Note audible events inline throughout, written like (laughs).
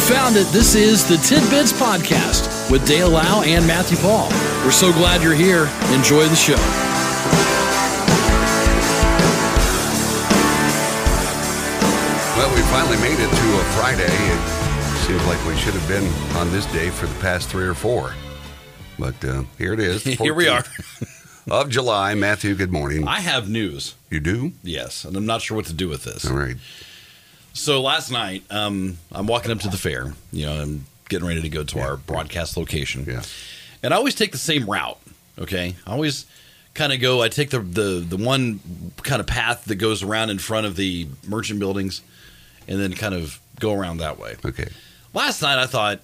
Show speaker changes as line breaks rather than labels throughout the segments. found it. This is the Tidbits Podcast with Dale Lau and Matthew Paul. We're so glad you're here. Enjoy the show.
Well, we finally made it to a Friday. It seems like we should have been on this day for the past three or four. But uh, here it is.
(laughs) (laughs)
the
Here we are.
14th Of July. Matthew, good morning.
I have news.
You do?
Yes, and I'm not sure what to do with this.
All right.
So last night, um, I'm walking up to the fair. You know, I'm getting ready to go to our broadcast location.
Yeah.
And I always take the same route. Okay, I always kind of go. I take the the the one kind of path that goes around in front of the merchant buildings, and then kind of go around that way.
Okay.
Last night, I thought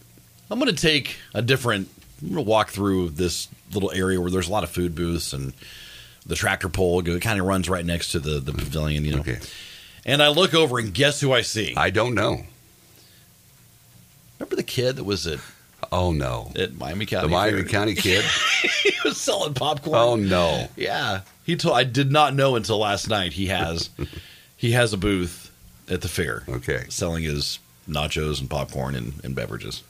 I'm going to take a different. I'm going to walk through this little area where there's a lot of food booths and the tractor pole. It kind of runs right next to the the pavilion. You know.
Okay.
And I look over and guess who I see?
I don't know.
Remember the kid that was at,
Oh, no.
at Miami
The
County?
Miami
Fair?
County kid?
(laughs) he was selling popcorn.
Oh, no.
Yeah, he told. I did not know until last night. He
(laughs)
has, he has a booth at the fair
Okay.
selling his nachos and popcorn and, and beverages.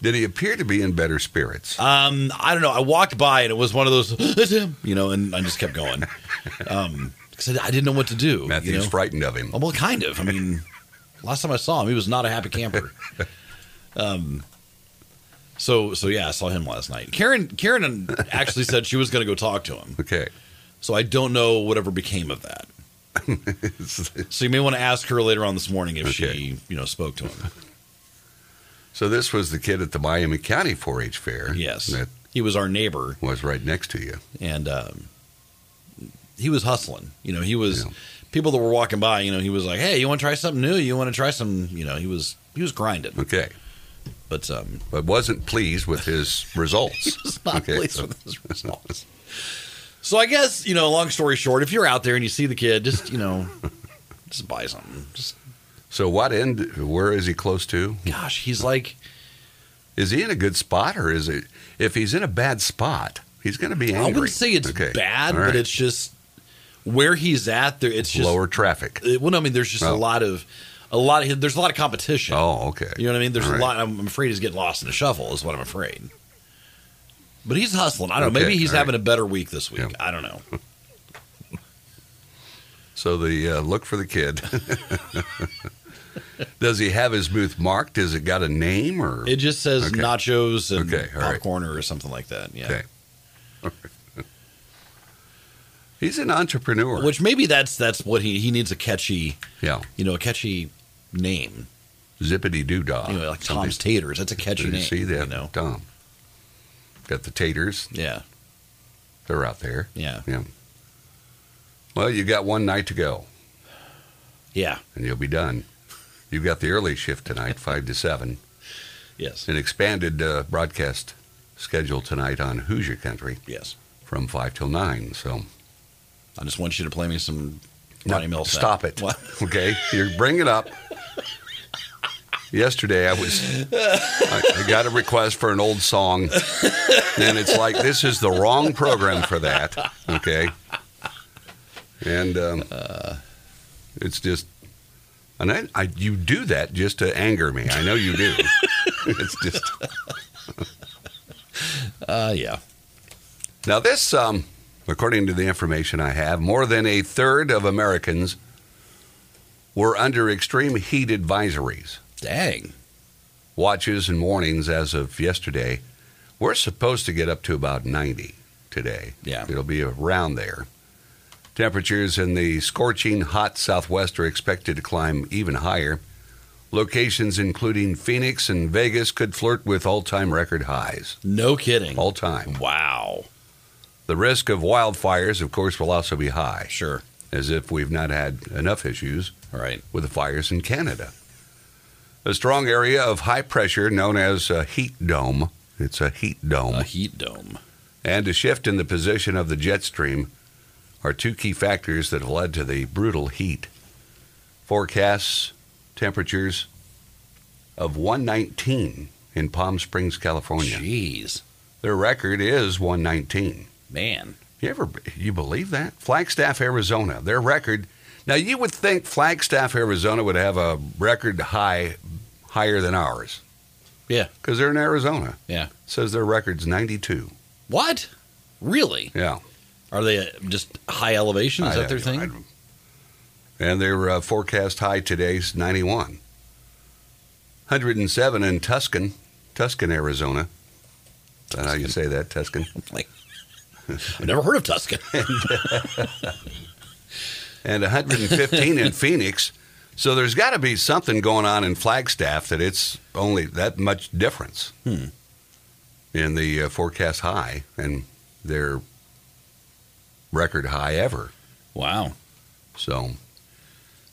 Did he appear to be in better spirits?
Um, I don't know. I walked by and it was one of those. That's him, you know, and I just kept going. Um, because I, I didn't know what to do.
Matthew's
you know?
frightened of him.
Oh, Well, kind of. I mean, last time I saw him, he was not a happy camper. Um, so so yeah, I saw him last night. Karen Karen actually said she was going to go talk to him.
Okay.
So I don't know whatever became of
(laughs)
that. So you may want to ask her later on this morning if
Okay.
she you know spoke to
(laughs)
him.
so this was the kid at the Miami County 4-H fair.
Yes,
That
he was our neighbor,
was right next to you.
and um, he was hustling. You know, he was
Yeah.
people that were walking by. You know, he was like, "Hey, you want to try something new? You want to try some?" You know, he was he was grinding,
Okay.
but um,
But wasn't pleased
(laughs)
with his results.
was not
Okay.
pleased with
(laughs)
his results. So I guess you know. Long story short, if you're out there and you see the kid, just you know, (laughs) just buy something. Just
So what end? Where is he close to?
gosh, he's like
Is he in a good spot, or is it? If he's in a bad spot, he's going to be angry.
I wouldn't say it's
Okay.
bad,
All right.
but it's just where he's at. There, it's just
lower traffic.
it- well, no, I mean, there's just a
Oh.
lot of a lot of there's a lot of competition.
Oh, okay.
You know what I mean? There's
All
a
right.
lot. I'm afraid he's getting lost in a shuffle. Is what I'm afraid. But he's hustling. I don't know.
Okay,
Maybe he's
all
having
right.
a better week this week.
Yeah.
I don't know.
So the uh, look for
(laughs)
the kid. Does he have his booth marked? Has it got a name or?
It just says
Okay.
nachos and
Okay, all right.
popcorn or something like that. Yeah.
Okay. (laughs) he's an entrepreneur.
Which maybe that's that's what he he needs a catchy
yeah.
you know a catchy name
Zippity doo dah.
you know like Tom's Taters that's a catchy
Did you
name
see that?
you know
Tom. Got the taters.
yeah
They're out there.
yeah
Yeah. Well, you got one night to go,
yeah
and you'll be done. You've got the early shift tonight, (laughs) five to seven,
yes
an expanded uh, broadcast schedule tonight on Hoosier Country
yes
from five till nine. So
I just want you to play me some Ronnie
No,
Mills
stop it.
What?
Okay, you bring it up. Yesterday, I was I, I got a request for an old song, and it's like this is the wrong program for that. Okay, and um, it's just, and I, I you do that just to anger me. I know you do. it's just
uh yeah
Now, this, um, according to the information I have, more than a third of Americans were under extreme heat advisories,
dang
watches, and warnings as of yesterday. We're supposed to get up to about 90 today.
Yeah.
It'll be around there. Temperatures in the scorching hot southwest are expected to climb even higher. Locations including Phoenix and Vegas could flirt with all time record highs.
no kidding
All time.
wow
The risk of wildfires, of course, will also be high.
sure
as if we've not had enough issues
all right
with the fires in Canada. A strong area of high pressure known as a heat dome, it's a heat dome,
a heat dome
and a shift in the position of the jet stream are two key factors that have led to the brutal heat. Forecasts, temperatures of 119 in Palm Springs, California.
jeez
Their record is 119.
man
You ever you believe that Flagstaff, Arizona, their record? Now you would think Flagstaff, Arizona, would have a record high higher than ours
Yeah.
because they're in Arizona.
Yeah.
says their record's 92.
What? Really?
Yeah.
Are they uh, just high elevation? Is
I-
that their
I-
thing?
I- and their uh, forecast high today's 91. 107 in Tuscan, Tuscan, Arizona. Is that how you say that, Tuscan?
I've never heard of Tuscan. (laughs)
And 115 in Phoenix. So there's got to be something going on in Flagstaff that it's only that much difference
Hmm.
in the uh, forecast high and their record high ever.
wow.
So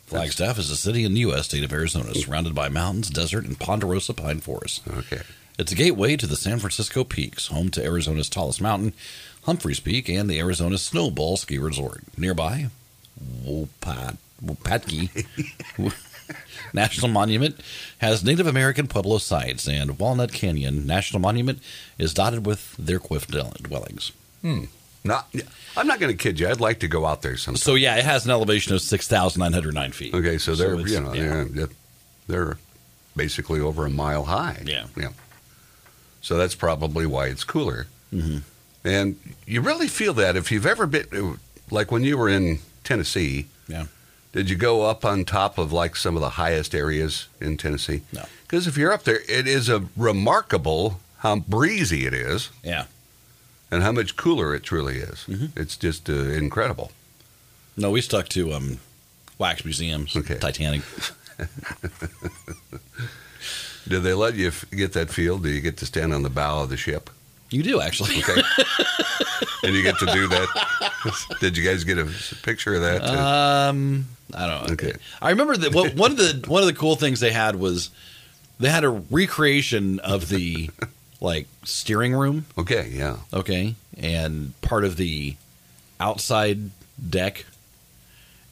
Flagstaff is a city in the U.S. state of Arizona, surrounded by mountains, desert, and ponderosa pine forests.
okay,
It's a gateway to the San Francisco Peaks, home to Arizona's tallest mountain, Humphreys Peak, and the Arizona Snowball Ski Resort. Nearby, Wopat, Wopatki (laughs) National Monument has Native American Pueblo sites, and Walnut Canyon National Monument is dotted with their quiff dwell- dwellings.
not I'm not going to kid you. I'd like to go out there sometime.
So, yeah, it has an elevation of 6,909 feet.
Okay, so
So
they're
it's-
you know
yeah.
they're- they're they're basically over a mile high.
Yeah.
yeah. So that's probably why it's cooler.
Mhm.
And you really feel that if you've ever been like when you were in Tennessee.
Yeah.
Did you go up on top of like some of the highest areas in Tennessee?
No.
Because if you're up there, it is a remarkable how breezy it is
Yeah.
and how much cooler it truly is.
Mhm.
It's just uh, incredible.
No, we stuck to um, wax museums,
Okay.
Titanic.
Did they let you f- get that feel? Do you get to stand on the bow of the ship?
You do, actually.
Okay. and you get to do that. (laughs) Did you guys get a picture of that?
Um, I don't. know.
Okay.
I remember that what, one of the one of the cool things they had was they had a recreation of
(laughs)
the like steering room.
okay, yeah.
Okay, and part of the outside deck,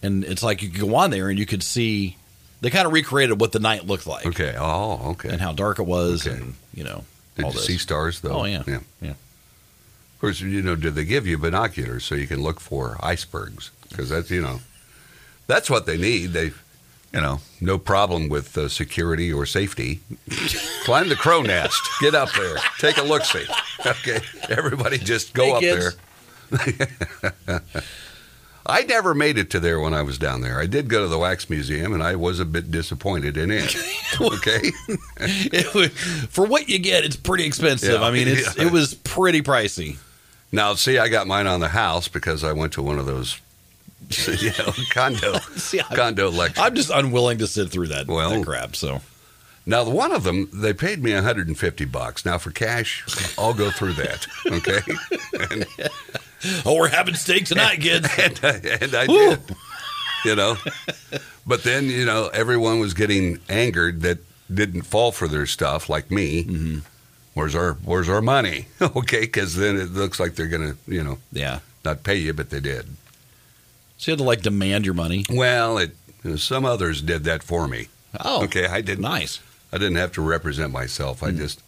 and it's like you could go on there and you could see. They kind of recreated what the night looked like
Okay. Oh, okay.
and how dark it was,
Okay.
and you know
Did
all
you
this. (laughs)
see stars though?
Oh, yeah.
Yeah.
Yeah.
Of course, you know, did they give you binoculars so you can look for icebergs? Because that's you know, that's what they need. They, you know, no problem with uh, security or safety. (laughs) Climb the crow nest. Get up there. Take a look. See. Okay. Everybody, just go
Hey,
up
kids.
there. (laughs) I never made it to there when I was down there. I did go to the wax museum, and I was a bit disappointed in
(laughs)
it. Okay,
It was- for what you get, it's pretty expensive.
Yeah.
I mean, it's,
(laughs) Yeah.
it was pretty pricey.
Now, see, I got mine on the house because I went to one of those, (laughs) you know, condo
See, I'm-
condo lectures.
I'm just unwilling to sit through that,
Well-
that crap. So
now, the one of them, they paid me 150 bucks. Now, for cash, I'll go through that. Okay,
Oh, we're having steak tonight, kids.
and I, and I
Woo.
did, you know. But then, you know, everyone was getting angered that didn't fall for their stuff, like me. Where's our Where's our money? (laughs) okay, because then it looks like they're gonna, you know,
(laughs) yeah.
not pay you, but they did.
So you had to like demand your money.
Well, it some others did that for me.
Oh,
Okay, I didn't.
Nice. Hmm.
I didn't have to represent myself. I just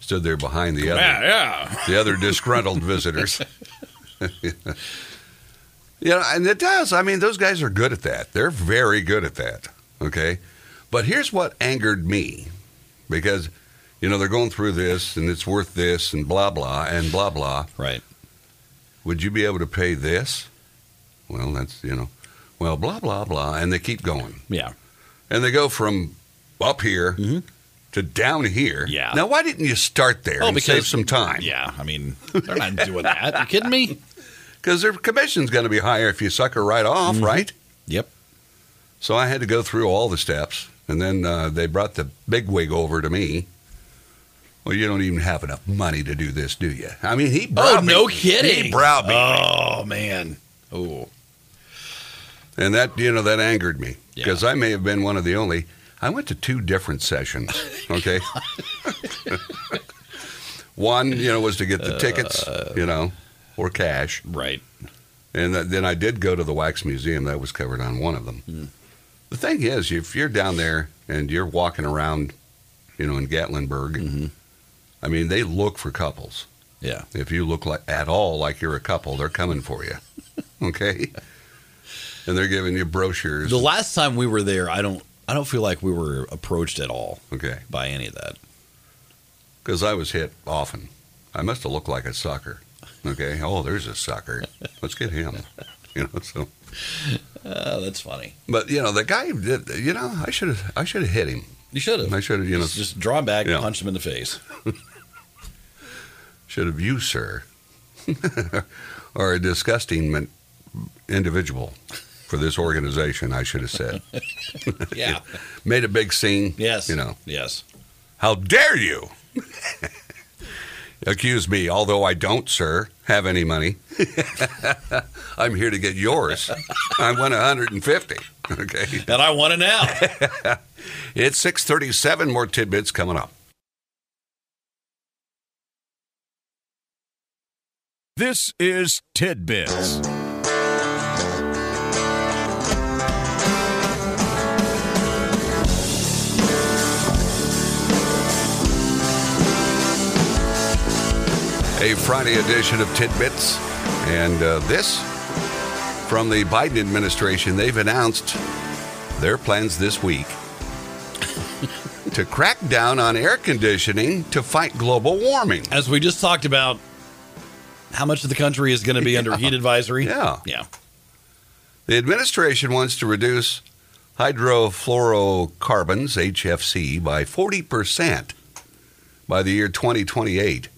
stood there behind the
Yeah,
other
yeah.
the other
(laughs)
disgruntled visitors. (laughs) yeah, and it does. I mean, those guys are good at that. They're very good at that. Okay, but here's what angered me, because you know they're going through this and it's worth this and blah blah and blah blah.
Right.
Would you be able to pay this? Well, that's you know, well blah blah blah, and they keep going
Yeah.
and they go from up here
Mhm.
to down here.
Yeah.
Now, why didn't you start there
Oh,
and
because-
save some time?
Yeah. I mean, (laughs) they're not doing that. You kidding me?
Because their commission's going to be higher if you sucker right off, right?
Mm-hmm. Yep.
So I had to go through all the steps, and then uh, they brought the big wig over to me. Well, you don't even have enough money to do this, do you? I mean, he
Oh,
browbeat
no
me.
kidding.
He browbeat me.
Oh man. Oh.
And that, you know, that angered me
Yeah.
because I may have been one of the only. I went to two different sessions. Okay. (laughs) one, you know, was to get the tickets, you know, or cash.
Right.
And th- then I did go to the Wax Museum. That was covered on one of them. The thing is, if you're down there and you're walking around, you know, in Gatlinburg,
Mhm.
I mean, they look for couples.
Yeah.
If you look like at all like you're a couple, they're coming for you. Okay. and they're giving you brochures.
The last time we were there, I don't I don't feel like we were approached at all
Okay.
by any of that.
Because I was hit often. I must have looked like a sucker. Okay. Oh, there's a sucker. Let's get him. (laughs) You know. So,
Uh, that's funny.
but you know, the guy. did- You know, I should have. I should have hit him.
You should have.
I should have. You know,
Just, just draw him back
Yeah.
and punch him in the (laughs) face.
should have you, sir, (laughs) are a disgusting men- individual for this organization. I should have said.
Yeah.
Made a big scene.
yes.
You know.
Yes.
How dare you? (laughs) Accuse me, although I don't, sir, have any money. (laughs) I'm here to get yours. I want 150. (laughs) Okay.
And I want it now.
It's 637. More tidbits coming up.
(laughs) This is Tidbits.
A Friday edition of Tidbits. And uh, this from the Biden administration. They've announced their plans this week (laughs) to crack down on air conditioning to fight global warming.
As we just talked about, how much of the country is going to be under heat advisory?
Yeah.
Yeah.
The administration wants to reduce hydrofluorocarbons, HFC, by 40% by the year 2028.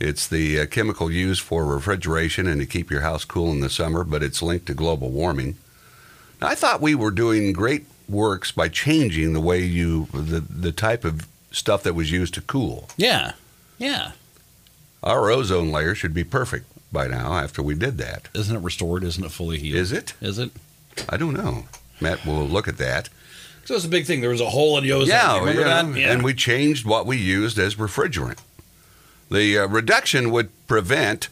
It's the uh, chemical used for refrigeration and to keep your house cool in the summer, but it's linked to global warming. Now, I thought we were doing great works by changing the way you, the, the type of stuff that was used to cool.
Yeah. Yeah.
Our ozone layer should be perfect by now after we did that.
Isn't it restored? Isn't it fully heated?
Is it?
Is it?
I don't know. Matt will look at that.
So it's a big thing. There was a hole in the ozone.
Yeah,
You remember
yeah.
that? Yeah.
and we changed what we used as refrigerant. The uh, reduction would prevent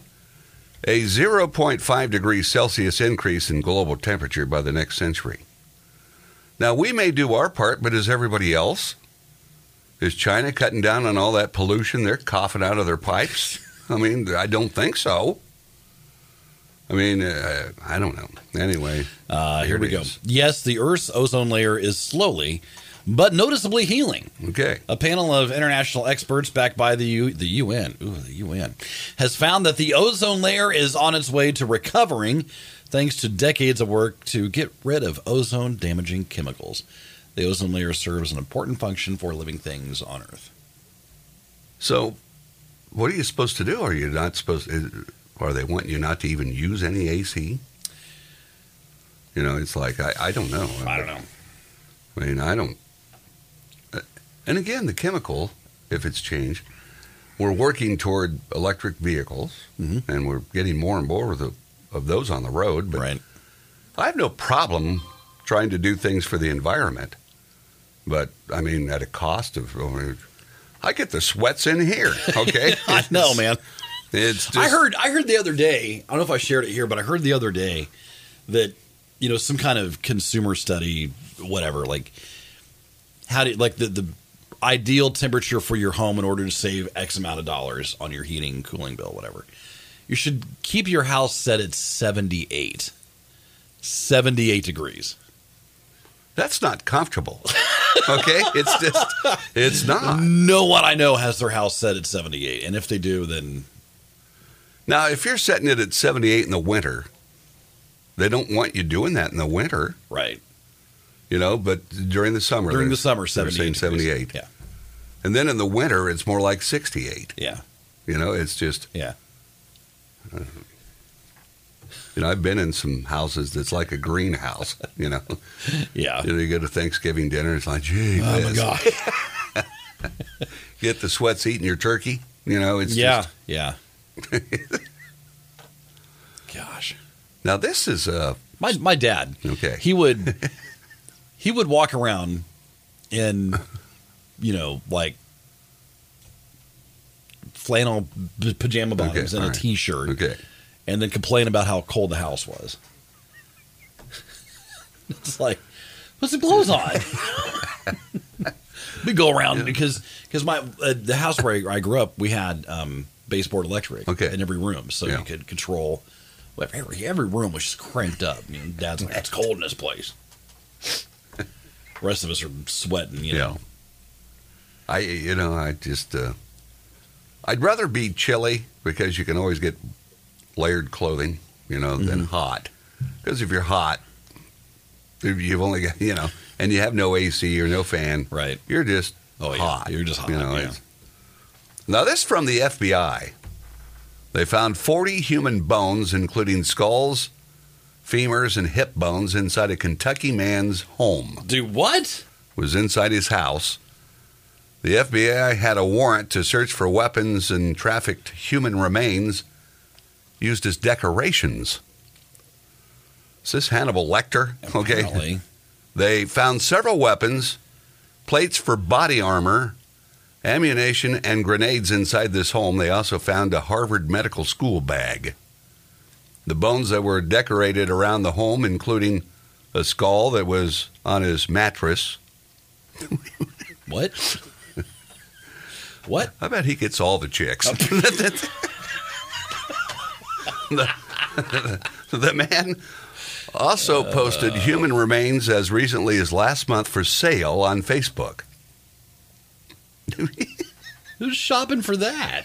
a 0.5 degrees Celsius increase in global temperature by the next century. Now, we may do our part, but is everybody else? Is China cutting down on all that pollution they're coughing out of their pipes? I mean, I don't think so. I mean, uh, I don't know. Anyway,
uh, here
Here
we
it
go.
is.
Yes, the Earth's ozone layer is slowly but noticeably healing.
okay.
A panel of international experts backed by the U- the UN, ooh, the UN, has found that the ozone layer is on its way to recovering thanks to decades of work to get rid of ozone damaging chemicals. The ozone layer serves an important function for living things on Earth.
So, what are you supposed to do? Are you not supposed? is- Are they wanting you not to even use any AC? You know, it's like I, I don't know.
I don't know.
I mean, I don't. uh, And again, the chemical, if it's changed, we're working toward electric vehicles,
Mhm.
and we're getting more and more of, the, of those on the road. But
Right.
I have no problem trying to do things for the environment, but I mean, at a cost of. oh, I get the sweats in
(laughs)
here. Okay,
I know, man.
It's just,
I heard I heard the other day. I don't know if I shared it here, but I heard the other day that you know some kind of consumer study, whatever. Like how do like the the ideal temperature for your home in order to save X amount of dollars on your heating, cooling bill, whatever. You should keep your house set at 78. 78 degrees.
that's not comfortable. Okay, it's just it's not.
No one I know has their house set at 78. And if they do, then
Now, if you're setting it at 78 in the winter, they don't want you doing that in the winter,
right.
you know. But during the summer,
During the
there's-
summer,
they're
78.
saying
degrees.
78,
Yeah.
and then in the winter, it's more like 68.
Yeah.
You know, it's just
Yeah.
you know I've been in some houses that's like a greenhouse. (laughs) You know,
Yeah.
you, know, you go to Thanksgiving dinner, it's like, gee,
Oh my
man,
god.
get the sweats eating your turkey. You know, it's
yeah,
just (laughs)
yeah. Gosh,
now this is uh
my my dad.
Okay.
he would he would walk around in you know like flannel p- pajama bottoms and
all
a
right.
shirt
okay.
and then complain about how cold the house was. (laughs) it's like, put some clothes
(laughs)
on. we go around because because my uh, the house where I, I grew up, we had um, baseboard electric
Okay.
in every room, so
Yeah.
you could control. well, Every every room was just cranked up. You know, Dad's like, "It's cold in this place." rest of us are sweating, you
Yeah.
know.
I you know I just uh, I'd rather be chilly because you can always get layered clothing, you know, than
Mm-hmm.
hot. Because if you're hot, if you've only got you know, and you have no AC or no fan,
Right.
You're just
Oh, yeah.
hot.
You're just hot, yeah.
it's- Now this from the FBI. They found 40 human bones, including skulls, femurs, and hip bones, inside a Kentucky man's home
Dude, what?
was inside his house. The FBI had a warrant to search for weapons and trafficked human remains used as decorations. Is this Hannibal Lecter? Okay.
Apparently.
They found several weapons, plates for body armor, ammunition, and grenades inside this home. They also found a Harvard Medical School bag. The bones that were decorated around the home, including a skull that was on his mattress, (laughs)
What? what?
I bet he gets all the (laughs) chicks. the, (laughs) the man also posted human remains as recently as last month for sale on Facebook.
Who's shopping for that?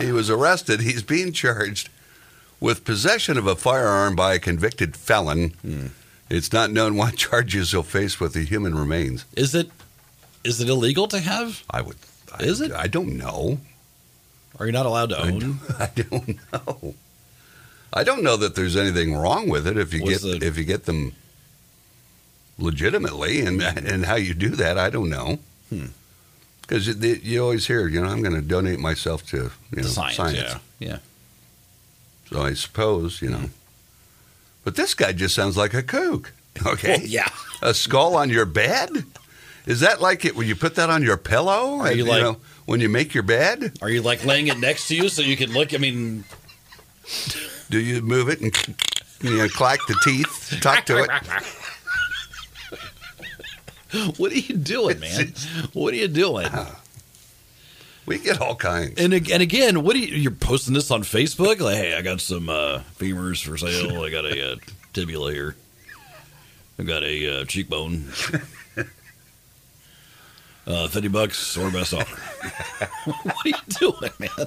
He was arrested. He's being charged with possession of a firearm by a convicted felon.
Hmm.
It's not known what (laughs) charges he'll face with the human remains.
Is it is it illegal to have?
I would. I-
Is it?
I don't know.
Are you not allowed to own?
I don't (laughs) know. I don't know that there's anything wrong with it if you
What's
get
the-
if you get them legitimately and
Hmm.
and how you do that, I don't know. Because you always hear, you know, I'm going to donate myself to you know
To
science.
science, yeah. (laughs) Yeah.
So I suppose you know. But this guy just sounds like
(laughs)
a kook. Okay.
Well, yeah.
A skull on your bed? Is that like it when you put that on your pillow?
Are you like-
know, when you make your bed?
Are you like laying it next to you so you can look? I mean,
Do you move it and you know, clack the teeth, talk
(laughs)
to it?
what are you doing, man? What are you doing?
We get all kinds.
And ag- and again, what are you? You're posting this on Facebook? Like, hey, I got some uh, femurs for sale. I got a uh, tibula here. I got a uh, cheekbone. Uh, Fifty bucks or best offer. (laughs) what are you doing, man?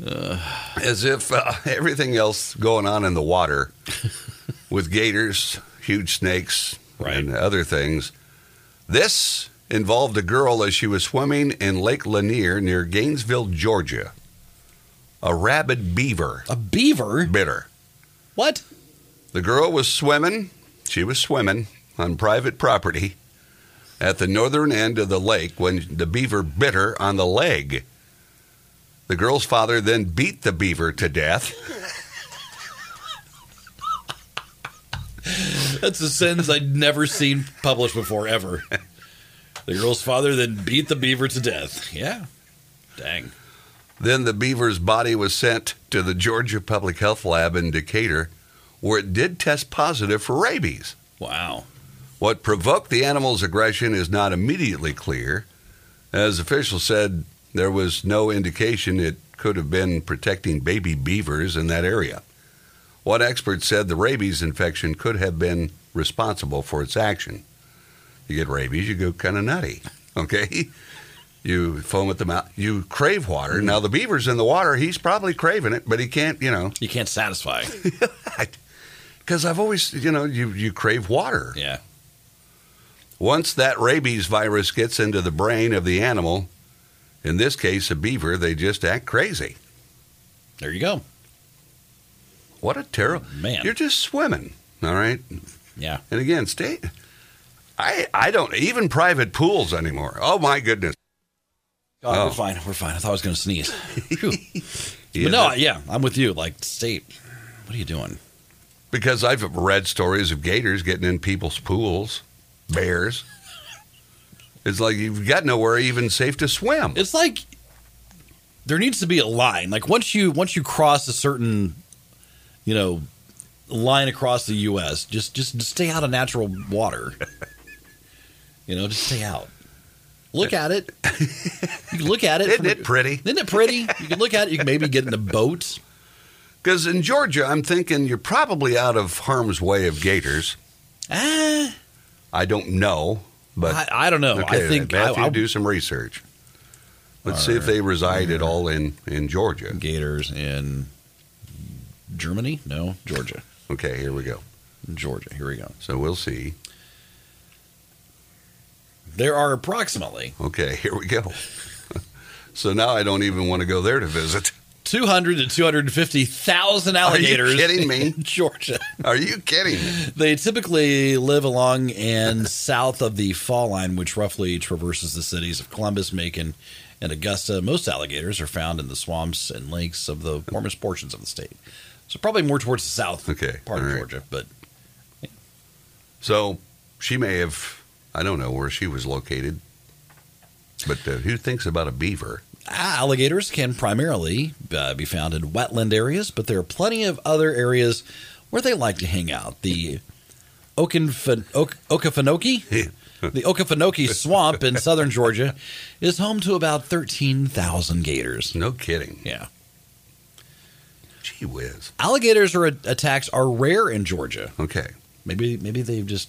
As if uh, (laughs) everything else going on in the water with gators, huge snakes,
Right.
and other things. This involved a girl as she was swimming in Lake Lanier near Gainesville, Georgia. A rabid beaver
A beaver?
bit her.
What?
The girl was swimming. She was swimming on private property at the northern end of the lake when the beaver bit her on the leg. The girl's father then beat the beaver to death.
That's a sentence I'd never seen published before, ever. The girl's father then beat the beaver to death. Yeah. Dang.
Then the beaver's body was sent to the Georgia Public Health Lab in Decatur, where it did test positive for rabies.
Wow.
What provoked the animal's aggression is not immediately clear. As officials said, there was no indication it could have been protecting baby beavers in that area. One expert said the rabies infection could have been responsible for its action. You get rabies, you go kind of nutty, (laughs) okay? You foam at the mouth, you crave water. Now, the beaver's in the water, he's probably craving it, but he can't, you know,
You can't satisfy.
because I've always, you know, you, you crave water.
Yeah.
Once that rabies virus gets into the brain of the animal, in this case a beaver, they just act crazy.
There you go.
What a terrible
Man.
You're just swimming, all right?
Yeah.
And again, stay I I don't even private pools anymore. Oh my goodness.
God,
Oh.
We're fine. We're fine. I thought I was going to
(laughs)
sneeze. Phew.
Yeah,
but no,
that-
I- yeah, I'm with you. Like, state, what are you doing?
because I've read stories of gators getting in people's pools, bears. It's like you've got nowhere even safe to swim.
It's like there needs to be a line. Like once you once you cross a certain, you know, line across the U.S., just just stay out of natural water. (laughs) you know, just stay out. Look at it. You can look at it.
Isn't
from a-
it pretty?
Isn't it pretty? You can look at it. You can maybe get in a boat.
Because in Georgia, I'm thinking you're probably out of harm's way of gators.
Ah,
I don't know, but
I, I don't know.
okay,
Oh, I think I,
Matthew,
I,
do some research. Let's see if they reside at all in in Georgia.
Gators in Germany? No, Georgia.
Okay, here we go.
Georgia. Here we go.
So we'll see.
There are approximately
Okay, (laughs) here we go. so now I don't even want to go there to visit. (laughs)
200 to 250,000 alligators
kidding me?
in (laughs) Georgia.
Are you kidding me?
They typically live along
(laughs)
and south of the fall line, which roughly traverses the cities of Columbus, Macon, and Augusta. Most alligators are found in the swamps and lakes of the warmest portions of the state. So probably more towards the south
Okay,
part
all
of
right.
Georgia, but
So she may have, I don't know where she was located, but uh, who thinks about a beaver?
Ah, Alligators can primarily uh, be found in wetland areas, but there are plenty of other areas where they like to hang out. The Okanfin- Ok- Okefenokee, the Okefenokee Swamp in southern Georgia, is home to about thirteen thousand gators.
No kidding.
Yeah,
Gee whiz.
alligators are attacks are rare in Georgia.
Okay.
Maybe maybe they've just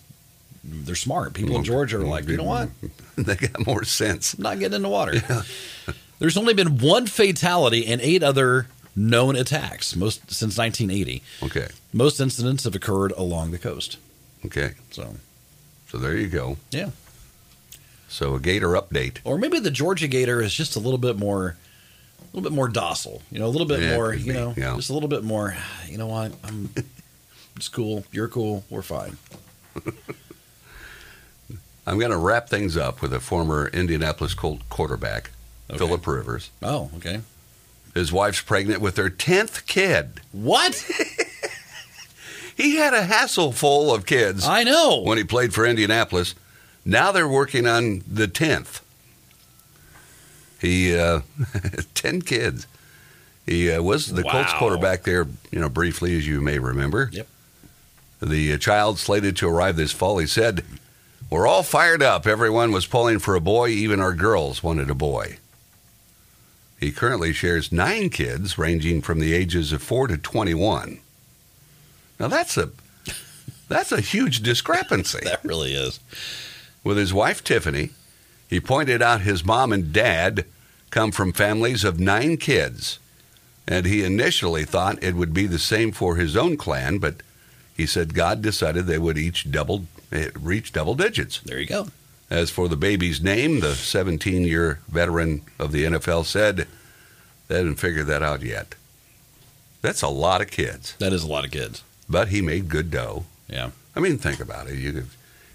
they're smart. People in
Okay.
Georgia are like, you know what?
(laughs) they got more sense.
I'm not getting in the water. There's only been one fatality and eight other known attacks most since 1980.
Okay.
Most incidents have occurred along the coast.
Okay.
So,
So there you go.
yeah.
So a gator update.
Or maybe the Georgia gator is just a little bit more a little bit more docile. You know, a little bit
Yeah, it
more,
could
you
be,
know,
yeah.
just a little bit more, you know what?
(laughs)
I'm it's cool. You're cool. We're fine.
I'm going to wrap things up with a former Indianapolis Colt quarterback,
Okay.
Philip Rivers.
Oh, okay.
His wife's pregnant with their 10th kid.
What?
He had a hassle full of kids
I
(laughs)
know.
when he played for Indianapolis. Now they're working on the 10th. He, uh, (laughs) 10 kids. He uh, was the Colts
Wow.
quarterback there, you know, briefly, as you may remember.
Yep.
The uh, child slated to arrive this fall, he said, We're all fired up. Everyone was pulling for a boy. Even our girls wanted a boy. He currently shares nine kids, ranging from the ages of four to 21. Now, that's a. That's a huge discrepancy.
That really is.
With his wife Tiffany, he pointed out his mom and dad come from families of nine kids, and he initially thought it would be the same for his own clan, but he said God decided they would each double eh, reach double digits.
There you go.
As for the baby's name, the 17-year veteran of the NFL said they did not figure that out yet. That's a lot of kids,
That is a lot of kids.
but he made good dough.
Yeah.
I mean, think about it. You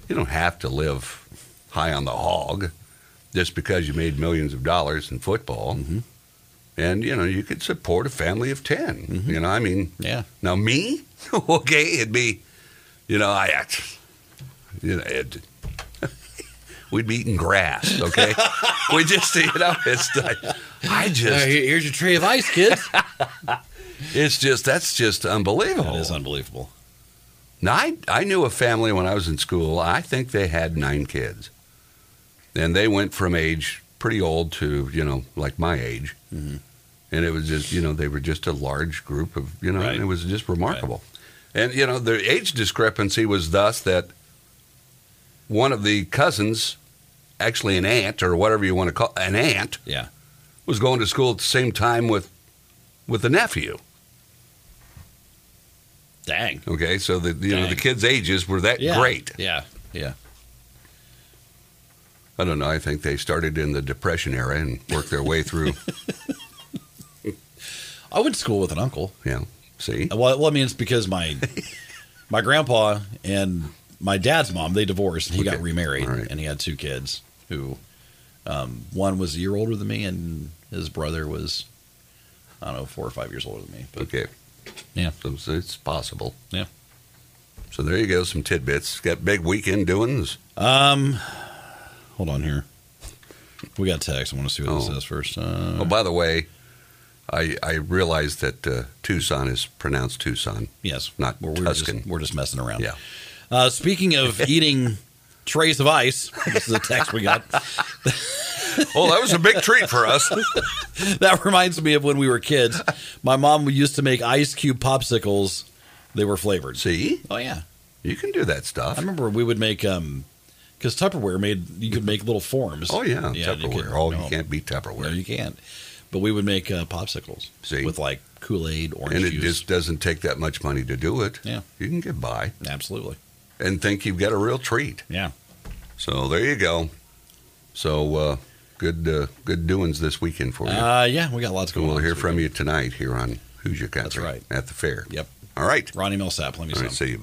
you don't have to live high on the hog just because you made millions of dollars in football.
Mm-hmm.
And you know, you could support a family of 10
Mm-hmm.
You know, I mean,
Yeah.
now me, (laughs) okay, it'd be, you know, I, I- you know, it, (laughs) we'd be eating
(laughs)
grass, okay? we just, you know, it's like, I
Uh,
just,
here- here's your tray of ice,
(laughs)
kids.
it's just, that's just unbelievable.
that is unbelievable.
Now, I, I knew a family when I was in school. I think they had nine kids. And they went from age pretty old to, you know, like my age.
Mm-hmm.
And it was just, you know, they were just a large group of, you know,
Right.
and it was just remarkable. And, you know, the age discrepancy was thus that one of the cousins, actually an aunt or whatever you want to call an aunt,
Yeah.
was going to school at the same time with with the nephew.
Dang.
Okay, so the you know the
Dang.
kids' ages were that
Yeah.
great.
Yeah. Yeah.
I don't know. I think they started in the Depression era and worked their
(laughs)
way through.
I went to school with an uncle.
Yeah. See?
Well, well I mean, it's because
(laughs)
my my grandpa and my dad's mom they divorced and he got
Okay.
remarried
All right.
and he had two kids who um, one was a year older than me and his brother was I don't know four or five years older than me. But
Okay.
Yeah.
So so it's possible.
Yeah.
So there you go. Some tidbits. Got big weekend doings.
um, hold on here. We got text. I want to see what this
Oh.
says first. Uh,
Oh, by the way, I I realized that uh, Tucson is pronounced Tucson.
yes,
not
we're, we're just
Tuscan.
we're just messing around.
Yeah. (laughs)
Uh, speaking of eating trays of ice, this is a text we got.
Well, Oh, that was a big treat for us.
(laughs) that reminds me of when we were kids. My mom used to make ice cube popsicles. They were flavored.
See,
Oh yeah,
you can do that
I
stuff.
remember we would make um because Tupperware made you could make little forms.
Oh yeah,
you
Tupperware.
could-
oh,
no,
you can't beat
No,
Tupperware,
you can't. But we would make uh, popsicles
See?
with like Kool Aid, orange
and it
juice.
just doesn't take that much money to do it.
Yeah.
you can get by
Absolutely.
and think you've got a real treat.
Yeah.
So there you go. So uh, good, uh, good doings this weekend for you.
Uh, yeah, we got lots
and
going on.
we'll hear
this
from
weekend.
you tonight here on Who's Your Country.
right.
at the fair.
Yep.
All right.
Ronnie Millsap, let me
All
see.
right. See you.